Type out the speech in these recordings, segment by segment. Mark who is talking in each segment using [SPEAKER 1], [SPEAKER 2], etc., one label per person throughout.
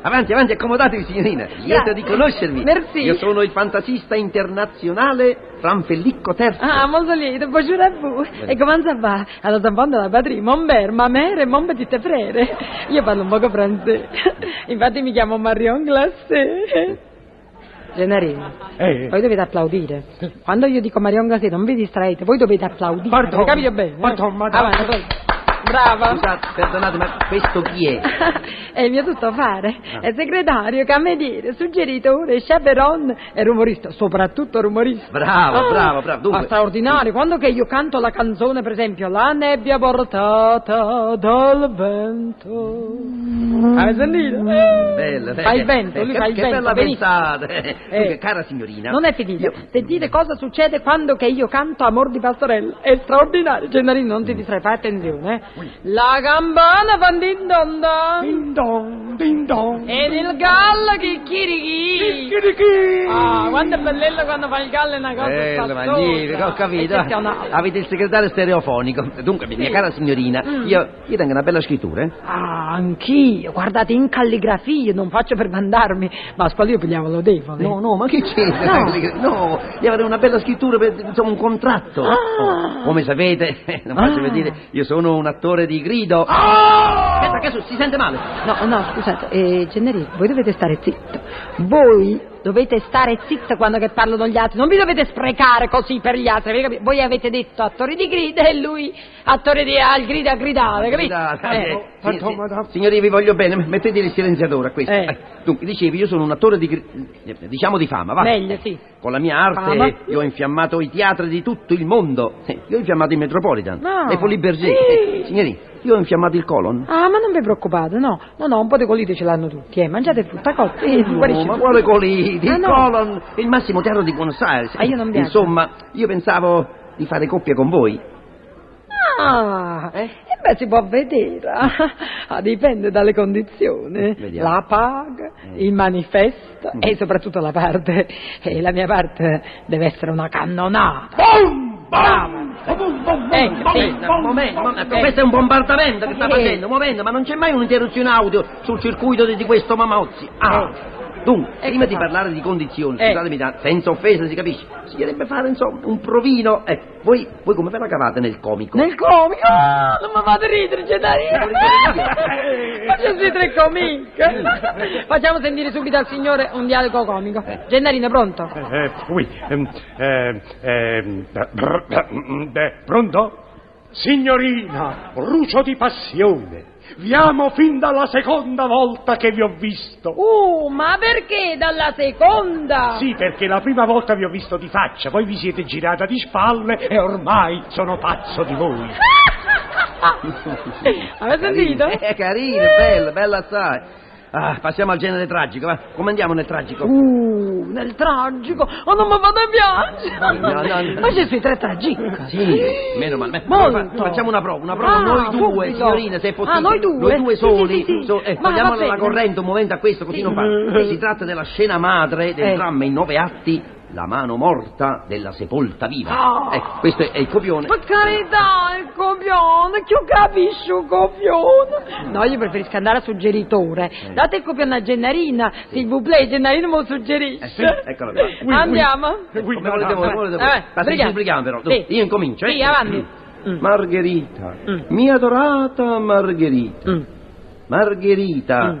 [SPEAKER 1] Avanti, avanti, accomodatevi signorina, lieto
[SPEAKER 2] Grazie.
[SPEAKER 1] di conoscervi.
[SPEAKER 2] Merci.
[SPEAKER 1] Io sono il fantasista internazionale Franfellicco III.
[SPEAKER 2] Ah, molto lieto, bonjour a vous. E come ça va? Alla tampon della patrie, mon père, ma mère e mon petit frère. Io parlo un poco francese. Infatti mi chiamo Marion Glacé. Gennarino,
[SPEAKER 3] Eh,
[SPEAKER 2] voi dovete applaudire. Quando io dico Marion Glacé, non vi distraete, voi dovete applaudire.
[SPEAKER 3] Pardon.
[SPEAKER 2] Ho capito bene? eh?
[SPEAKER 3] Pardon, madame.
[SPEAKER 2] Avanti, prego. Brava.
[SPEAKER 1] Scusate, perdonate, ma questo chi è?
[SPEAKER 2] Ah. È il mio tuttofare,
[SPEAKER 1] Ah.
[SPEAKER 2] è segretario, cameriere, suggeritore, chaperon e rumorista, soprattutto rumorista.
[SPEAKER 1] Bravo,
[SPEAKER 2] Ah,
[SPEAKER 1] bravo, bravo.
[SPEAKER 2] ma
[SPEAKER 1] Dunque,
[SPEAKER 2] straordinario, quando che io canto la canzone, per esempio, La nebbia portata dal vento.
[SPEAKER 1] Ah,
[SPEAKER 2] Hai sentito?
[SPEAKER 1] bello, bello.
[SPEAKER 2] Fa il vento,
[SPEAKER 1] Eh,
[SPEAKER 2] lui
[SPEAKER 1] che,
[SPEAKER 2] fa il
[SPEAKER 1] che
[SPEAKER 2] vento,
[SPEAKER 1] bella
[SPEAKER 2] benissimo.
[SPEAKER 1] pensata.
[SPEAKER 2] Eh.
[SPEAKER 1] Dunque, cara signorina.
[SPEAKER 2] Non è finito. Sentite cosa succede quando che io canto Amor di Pastorella. È straordinario. Gennarino, non ti distrai, fai attenzione. eh. La campana fa din don don
[SPEAKER 3] Ding dong, ding dong.
[SPEAKER 2] ed il gallo chicchirichi.
[SPEAKER 3] Chirichi.
[SPEAKER 2] Ah, quanto è bello quando fa il gallo è una cosa
[SPEAKER 1] Bello,
[SPEAKER 2] spassosa.
[SPEAKER 1] magnifico, eh, ho capito.
[SPEAKER 2] Eccezionale.
[SPEAKER 1] Avete il segretario stereofonico. Dunque, mia cara signorina,
[SPEAKER 2] Mm.
[SPEAKER 1] io, io tengo una bella scrittura, eh.
[SPEAKER 2] Ah, anch'io, guardate, in calligrafia non faccio per mandarmi, ma squadro io pigliavo lodevole.
[SPEAKER 1] No, no, ma che c'entra?
[SPEAKER 2] No.
[SPEAKER 1] No, io avrei una bella scrittura per insomma, un contratto.
[SPEAKER 2] Ah.
[SPEAKER 1] Oh, come sapete, eh, non faccio
[SPEAKER 2] Ah.
[SPEAKER 1] per dire, io sono un attore di grido. Aspetta, che su- si sente male?
[SPEAKER 2] no, no, scusate, eh, Gennarino, voi dovete stare zitto. Voi dovete stare zitto quando che parlano gli altri, non vi dovete sprecare così per gli altri, avete capito? Voi avete detto attore di grida e lui attore di al grido a gridare, capito?
[SPEAKER 1] Dai,
[SPEAKER 2] Eh,
[SPEAKER 1] eh,
[SPEAKER 3] fatto,
[SPEAKER 1] si- si-
[SPEAKER 3] madame.
[SPEAKER 1] Signori, vi voglio bene, mettete il silenziatore a questo.
[SPEAKER 2] Eh.
[SPEAKER 1] Eh, Dunque, dicevi, io sono un attore di grido, diciamo di fama, va?
[SPEAKER 2] Meglio, sì.
[SPEAKER 1] Con la mia arte
[SPEAKER 2] Fama.
[SPEAKER 1] io ho infiammato i teatri di tutto il mondo. Eh, Io ho infiammato il Metropolitan,
[SPEAKER 2] No.
[SPEAKER 1] le Folie Berger.
[SPEAKER 2] Sì.
[SPEAKER 1] Eh, Signori, io ho infiammato il colon.
[SPEAKER 2] Ah, ma non vi preoccupate, no, no, no, un po' di colite ce l'hanno tutti, eh, mangiate frutta cotta, eh,
[SPEAKER 1] No,
[SPEAKER 2] guarisce.
[SPEAKER 1] ma quale coliti?
[SPEAKER 2] Ah,
[SPEAKER 1] Il
[SPEAKER 2] no.
[SPEAKER 1] colon, il massimo teatro di Buenos Aires.
[SPEAKER 2] Ah, io non viaggio.
[SPEAKER 1] Insomma, io pensavo di fare coppia con voi.
[SPEAKER 2] Ah,
[SPEAKER 1] Eh?
[SPEAKER 2] e beh, si può vedere. Ah, dipende dalle condizioni.
[SPEAKER 1] Eh, Vediamo.
[SPEAKER 2] La paga,
[SPEAKER 1] Eh.
[SPEAKER 2] il manifesto
[SPEAKER 1] Mm.
[SPEAKER 2] e soprattutto la parte. E la mia parte deve essere una cannonata. Eh, sì.
[SPEAKER 1] Aspetta, un momento, un momento,
[SPEAKER 2] Eh.
[SPEAKER 1] questo è un bombardamento che sta
[SPEAKER 2] Eh.
[SPEAKER 1] facendo, un momento, ma non c'è mai un'interruzione audio sul circuito di, di questo Mamozzi. Ah, dunque,
[SPEAKER 2] Eh,
[SPEAKER 1] prima
[SPEAKER 2] che
[SPEAKER 1] di
[SPEAKER 2] fa?
[SPEAKER 1] parlare di condizioni,
[SPEAKER 2] Eh.
[SPEAKER 1] scusatemi, da- senza offesa si capisce, si dovrebbe fare insomma un provino. Ecco, voi, voi come ve la cavate nel comico?
[SPEAKER 2] Nel comico!
[SPEAKER 1] Eh.
[SPEAKER 2] Ah, non mi fate ridere, Gennarino!
[SPEAKER 1] Eh.
[SPEAKER 2] Faccio sui tre comiche! Facciamo sentire subito al signore un dialogo comico. Gennarino, pronto?
[SPEAKER 3] Eh, oui, ehm, ehm, ehm, br- br- br- eh, pronto? Signorina, brucio di passione. Vi amo fin dalla seconda volta che vi ho visto.
[SPEAKER 2] Uh, ma perché dalla seconda?
[SPEAKER 3] Sì, perché la prima volta vi ho visto di faccia, poi vi siete girata di spalle e ormai sono pazzo di voi.
[SPEAKER 2] Avete sentito?
[SPEAKER 1] Carino, eh, carino, bello, bello assai. Ah, passiamo al genere tragico, va. Come andiamo nel tragico?
[SPEAKER 2] Uh, nel tragico! Oh, non mi fate piangere!
[SPEAKER 1] No, no, no.
[SPEAKER 2] Ma ci sui tre tragici!
[SPEAKER 1] Sì, meno male.
[SPEAKER 2] Molto.
[SPEAKER 1] Fa- Facciamo una prova, una prova
[SPEAKER 2] Ah,
[SPEAKER 1] noi due,
[SPEAKER 2] subito.
[SPEAKER 1] signorina, se è possibile.
[SPEAKER 2] Ah, noi due? Sì,
[SPEAKER 1] soli.
[SPEAKER 2] sì, sì, sì.
[SPEAKER 1] So- eh,
[SPEAKER 2] Ma
[SPEAKER 1] togliamola
[SPEAKER 2] va bene.
[SPEAKER 1] la corrente un momento a questo, così
[SPEAKER 2] Sì.
[SPEAKER 1] non va.
[SPEAKER 3] Eh.
[SPEAKER 1] Si tratta della scena madre del
[SPEAKER 2] Eh.
[SPEAKER 1] dramma in nove atti, La mano morta della sepolta viva.
[SPEAKER 2] Ah.
[SPEAKER 1] Ecco, questo è, è il copione.
[SPEAKER 2] Per carità, il copione, chi capisce un copione? No, io preferisco andare a suggeritore.
[SPEAKER 1] Mm.
[SPEAKER 2] Date il copione a Gennarina, s'il vous plaît, Gennarino me lo suggerisce.
[SPEAKER 1] Eh, sì, eccolo qua.
[SPEAKER 3] Oui,
[SPEAKER 2] Andiamo.
[SPEAKER 3] oui. Oui,
[SPEAKER 1] Come
[SPEAKER 3] no,
[SPEAKER 1] volete
[SPEAKER 3] no,
[SPEAKER 1] voi,
[SPEAKER 3] no.
[SPEAKER 1] volete
[SPEAKER 2] Eh,
[SPEAKER 1] voi. Ma se ci
[SPEAKER 2] brigati.
[SPEAKER 1] implichiamo però.
[SPEAKER 2] Sì.
[SPEAKER 1] Io incomincio, eh.
[SPEAKER 2] Sì, avanti. Mm.
[SPEAKER 1] Margherita,
[SPEAKER 2] Mm.
[SPEAKER 1] mia adorata Margherita.
[SPEAKER 2] Mm.
[SPEAKER 1] Margherita.
[SPEAKER 2] Mm.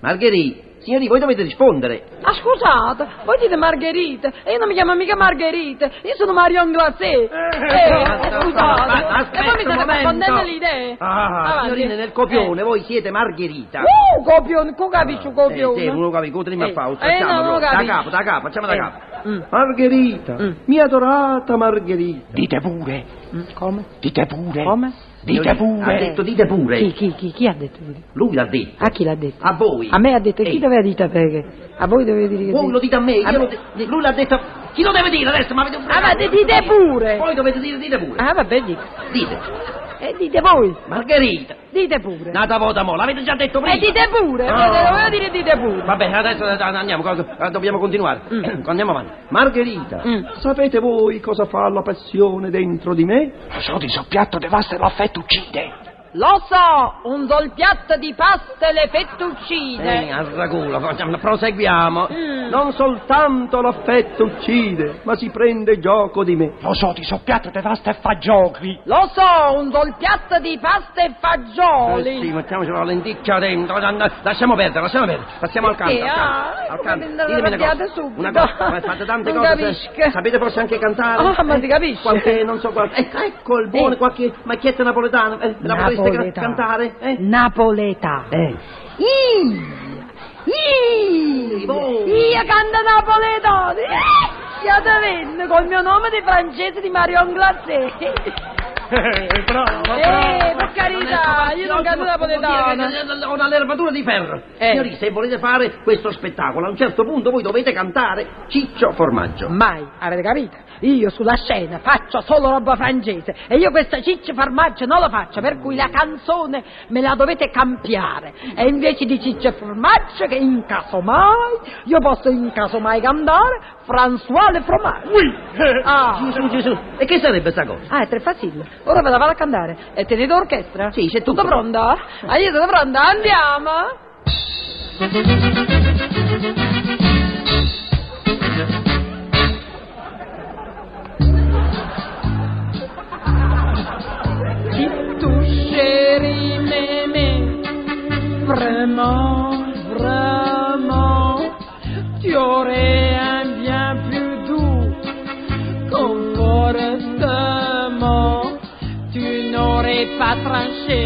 [SPEAKER 1] Margherita. Signori, voi dovete rispondere.
[SPEAKER 2] Ah, scusate, voi dite Margherita, e io non mi chiamo mica Margherita, io sono Marion Glacé. Eh,
[SPEAKER 1] aspetta, ma-
[SPEAKER 2] scusate,
[SPEAKER 1] eh, aspetta
[SPEAKER 2] e voi mi
[SPEAKER 1] un
[SPEAKER 2] state
[SPEAKER 1] momento.
[SPEAKER 2] confondendo le idee.
[SPEAKER 3] Ah,
[SPEAKER 2] Avanti.
[SPEAKER 1] Signorine, nel copione, voi siete Margherita.
[SPEAKER 2] Uh, copione, tu capisci un copione?
[SPEAKER 1] Eh, sì, uno capisce, continui a fare,
[SPEAKER 2] Eh,
[SPEAKER 1] facciamo
[SPEAKER 2] eh, no,
[SPEAKER 1] proprio.
[SPEAKER 2] non lo
[SPEAKER 1] da
[SPEAKER 2] capisci.
[SPEAKER 1] capo, da capo, facciamo da
[SPEAKER 2] Eh.
[SPEAKER 1] capo.
[SPEAKER 2] Mm.
[SPEAKER 1] Margherita,
[SPEAKER 2] Mm.
[SPEAKER 1] mia adorata Margherita.
[SPEAKER 3] Dite pure,
[SPEAKER 2] Mm, Come?
[SPEAKER 3] dite pure.
[SPEAKER 2] Come?
[SPEAKER 3] Dite
[SPEAKER 1] Ha
[SPEAKER 3] pure.
[SPEAKER 1] detto dite pure.
[SPEAKER 2] Chi, chi, chi, chi ha detto? di-
[SPEAKER 1] Lui l'ha detto.
[SPEAKER 2] A chi l'ha detto?
[SPEAKER 1] A voi.
[SPEAKER 2] A me ha detto, chi
[SPEAKER 1] Ehi.
[SPEAKER 2] doveva dire perché? A voi doveva dire che...
[SPEAKER 1] Voi lo dite a me,
[SPEAKER 2] A
[SPEAKER 1] io
[SPEAKER 2] me-
[SPEAKER 1] lo de- lui l'ha detto. Chi lo deve dire adesso? Ma avete un
[SPEAKER 2] Ah, ma di- dite pure.
[SPEAKER 1] Voi dovete dire, dite pure.
[SPEAKER 2] Ah, vabbè, dite.
[SPEAKER 1] Dite,
[SPEAKER 2] E dite voi,
[SPEAKER 1] Margherita,
[SPEAKER 2] dite pure.
[SPEAKER 1] nata Vodamo, l'avete già detto prima.
[SPEAKER 2] E Eh, dite pure,
[SPEAKER 1] No.
[SPEAKER 2] ve lo volevo dire dite pure.
[SPEAKER 1] Va bene, adesso eh, andiamo, cosa- eh, dobbiamo continuare. Andiamo avanti. Margherita,
[SPEAKER 2] Mm.
[SPEAKER 1] sapete voi cosa fa la passione dentro di me?
[SPEAKER 2] Ah,
[SPEAKER 3] Lo so, di soppiatto devasta e l'affetto uccide.
[SPEAKER 2] Lo so, un sol piatto di pasta e le fettuccine.
[SPEAKER 1] Eh, al ragulo, facciamo- proseguiamo.
[SPEAKER 2] Mm.
[SPEAKER 1] Non soltanto l'affetto uccide, ma si prende gioco di me.
[SPEAKER 3] Lo so, di soppiatto devasta e fa giochi.
[SPEAKER 2] Lo so, un sol piatto di pasta e
[SPEAKER 1] Eh sì,
[SPEAKER 2] fagioli.
[SPEAKER 1] mettiamoci la lenticchia dentro. da- da- Lasciamo perdere, lasciamo perdere. Passiamo al canto.
[SPEAKER 2] Perché?
[SPEAKER 1] Al canto,
[SPEAKER 2] Ah,
[SPEAKER 1] al
[SPEAKER 2] come
[SPEAKER 1] canto.
[SPEAKER 2] mi andate
[SPEAKER 1] Ditemi una cosa.
[SPEAKER 2] arrabbiate subito.
[SPEAKER 1] Una cosa. ma Fate tante
[SPEAKER 2] Non
[SPEAKER 1] cose.
[SPEAKER 2] capisco.
[SPEAKER 1] Sapete forse anche cantare?
[SPEAKER 2] Ah, ma
[SPEAKER 1] Eh,
[SPEAKER 2] si capisce.
[SPEAKER 1] Qualche, non so, qualche. Ecco, ecco il buono,
[SPEAKER 2] Eh.
[SPEAKER 1] qualche macchietta napoletana. Eh, la potreste ca- cantare? Eh?
[SPEAKER 2] Napoleta.
[SPEAKER 1] Eh.
[SPEAKER 2] Io
[SPEAKER 1] voi.
[SPEAKER 2] canto napoletano. Eh, Siate venne col mio nome di francese di Marion Glacé.
[SPEAKER 3] Eh, bravo,
[SPEAKER 2] Eh,
[SPEAKER 3] bravo.
[SPEAKER 2] per carità, io non canto napoletano.
[SPEAKER 1] Ho una nervatura di ferro.
[SPEAKER 2] Eh.
[SPEAKER 1] Signori, se volete fare questo spettacolo, a un certo punto voi dovete cantare Ciccio Formaggio.
[SPEAKER 2] Mai, avete capito? Io sulla scena faccio solo roba francese e io questa ciccia formaggio non la faccio, per cui la canzone me la dovete cambiare. E invece di ciccia formaggio che in caso mai, io posso in caso mai cantare François le fromage.
[SPEAKER 3] Oui. eh.
[SPEAKER 2] Ah,
[SPEAKER 1] Gesù, Gesù. E che sarebbe sta cosa?
[SPEAKER 2] ah è tre fasilli. Ora ve la vado a cantare. E tenete orchestra?
[SPEAKER 1] Sì, c'è tutto.
[SPEAKER 2] Tutto pronto? Ah, io sono pronta, andiamo! Si toucherai mes mains, vraiment, vraiment, tu aurais un bien plus doux confortement. Tu n'aurais pas tranché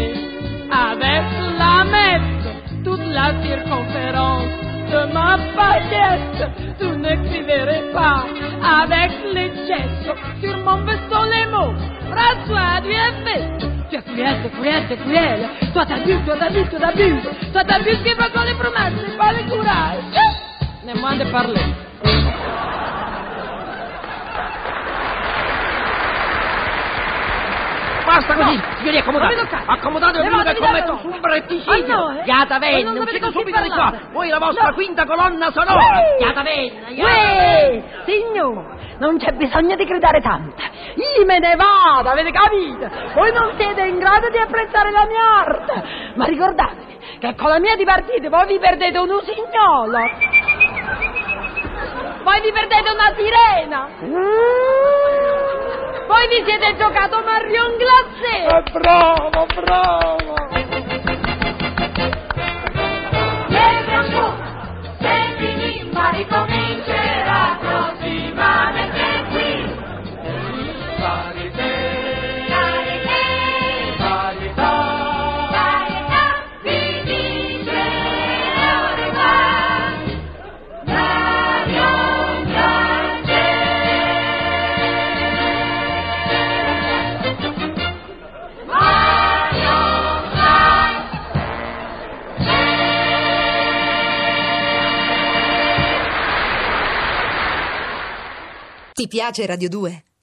[SPEAKER 2] avec la messe toute la circonférence de ma paillette. Tu n'écrivirais pas avec les gestes sur mon veston les mots. François du effet. Tu es cruel, tu es cruel, tu es cruel. Toi t'abuses, toi t'abuses, toi t'abuses. Toi t'abuses qui va les promesses, c'est pas le courage. Ne moins de parler.
[SPEAKER 1] Basta così,
[SPEAKER 2] No.
[SPEAKER 1] signori,
[SPEAKER 2] Non
[SPEAKER 1] accomodatevi.
[SPEAKER 2] mi toccate.
[SPEAKER 1] Accomodatevi prima che
[SPEAKER 2] Levatevi da
[SPEAKER 1] commetto
[SPEAKER 2] me.
[SPEAKER 1] un bretticidio.
[SPEAKER 2] Ah, no, eh?
[SPEAKER 1] Iatavenne,
[SPEAKER 2] Ma non
[SPEAKER 1] uscite
[SPEAKER 2] avete
[SPEAKER 1] subito di
[SPEAKER 2] così
[SPEAKER 1] qua.
[SPEAKER 2] parlato.
[SPEAKER 1] Voi la vostra
[SPEAKER 2] No.
[SPEAKER 1] quinta colonna sonora.
[SPEAKER 2] Sì.
[SPEAKER 1] Iatavenne,
[SPEAKER 2] Uè, signore, non c'è bisogno di gridare tanto. Io me ne vado, avete capito? Voi non siete in grado di apprezzare la mia arte. Ma ricordatevi che con la mia dipartita voi vi perdete un usignolo. Voi vi perdete una sirena.
[SPEAKER 1] Mm.
[SPEAKER 2] Voi vi siete giocato Marion Glacé.
[SPEAKER 3] Eh, bravo, bravo.
[SPEAKER 4] Se finì, ma ricomincerà prossimamente qui. Parite, parità, parità, vincerà ormai. Mario Grande. Mario Grande.
[SPEAKER 5] Ti piace Radio 2?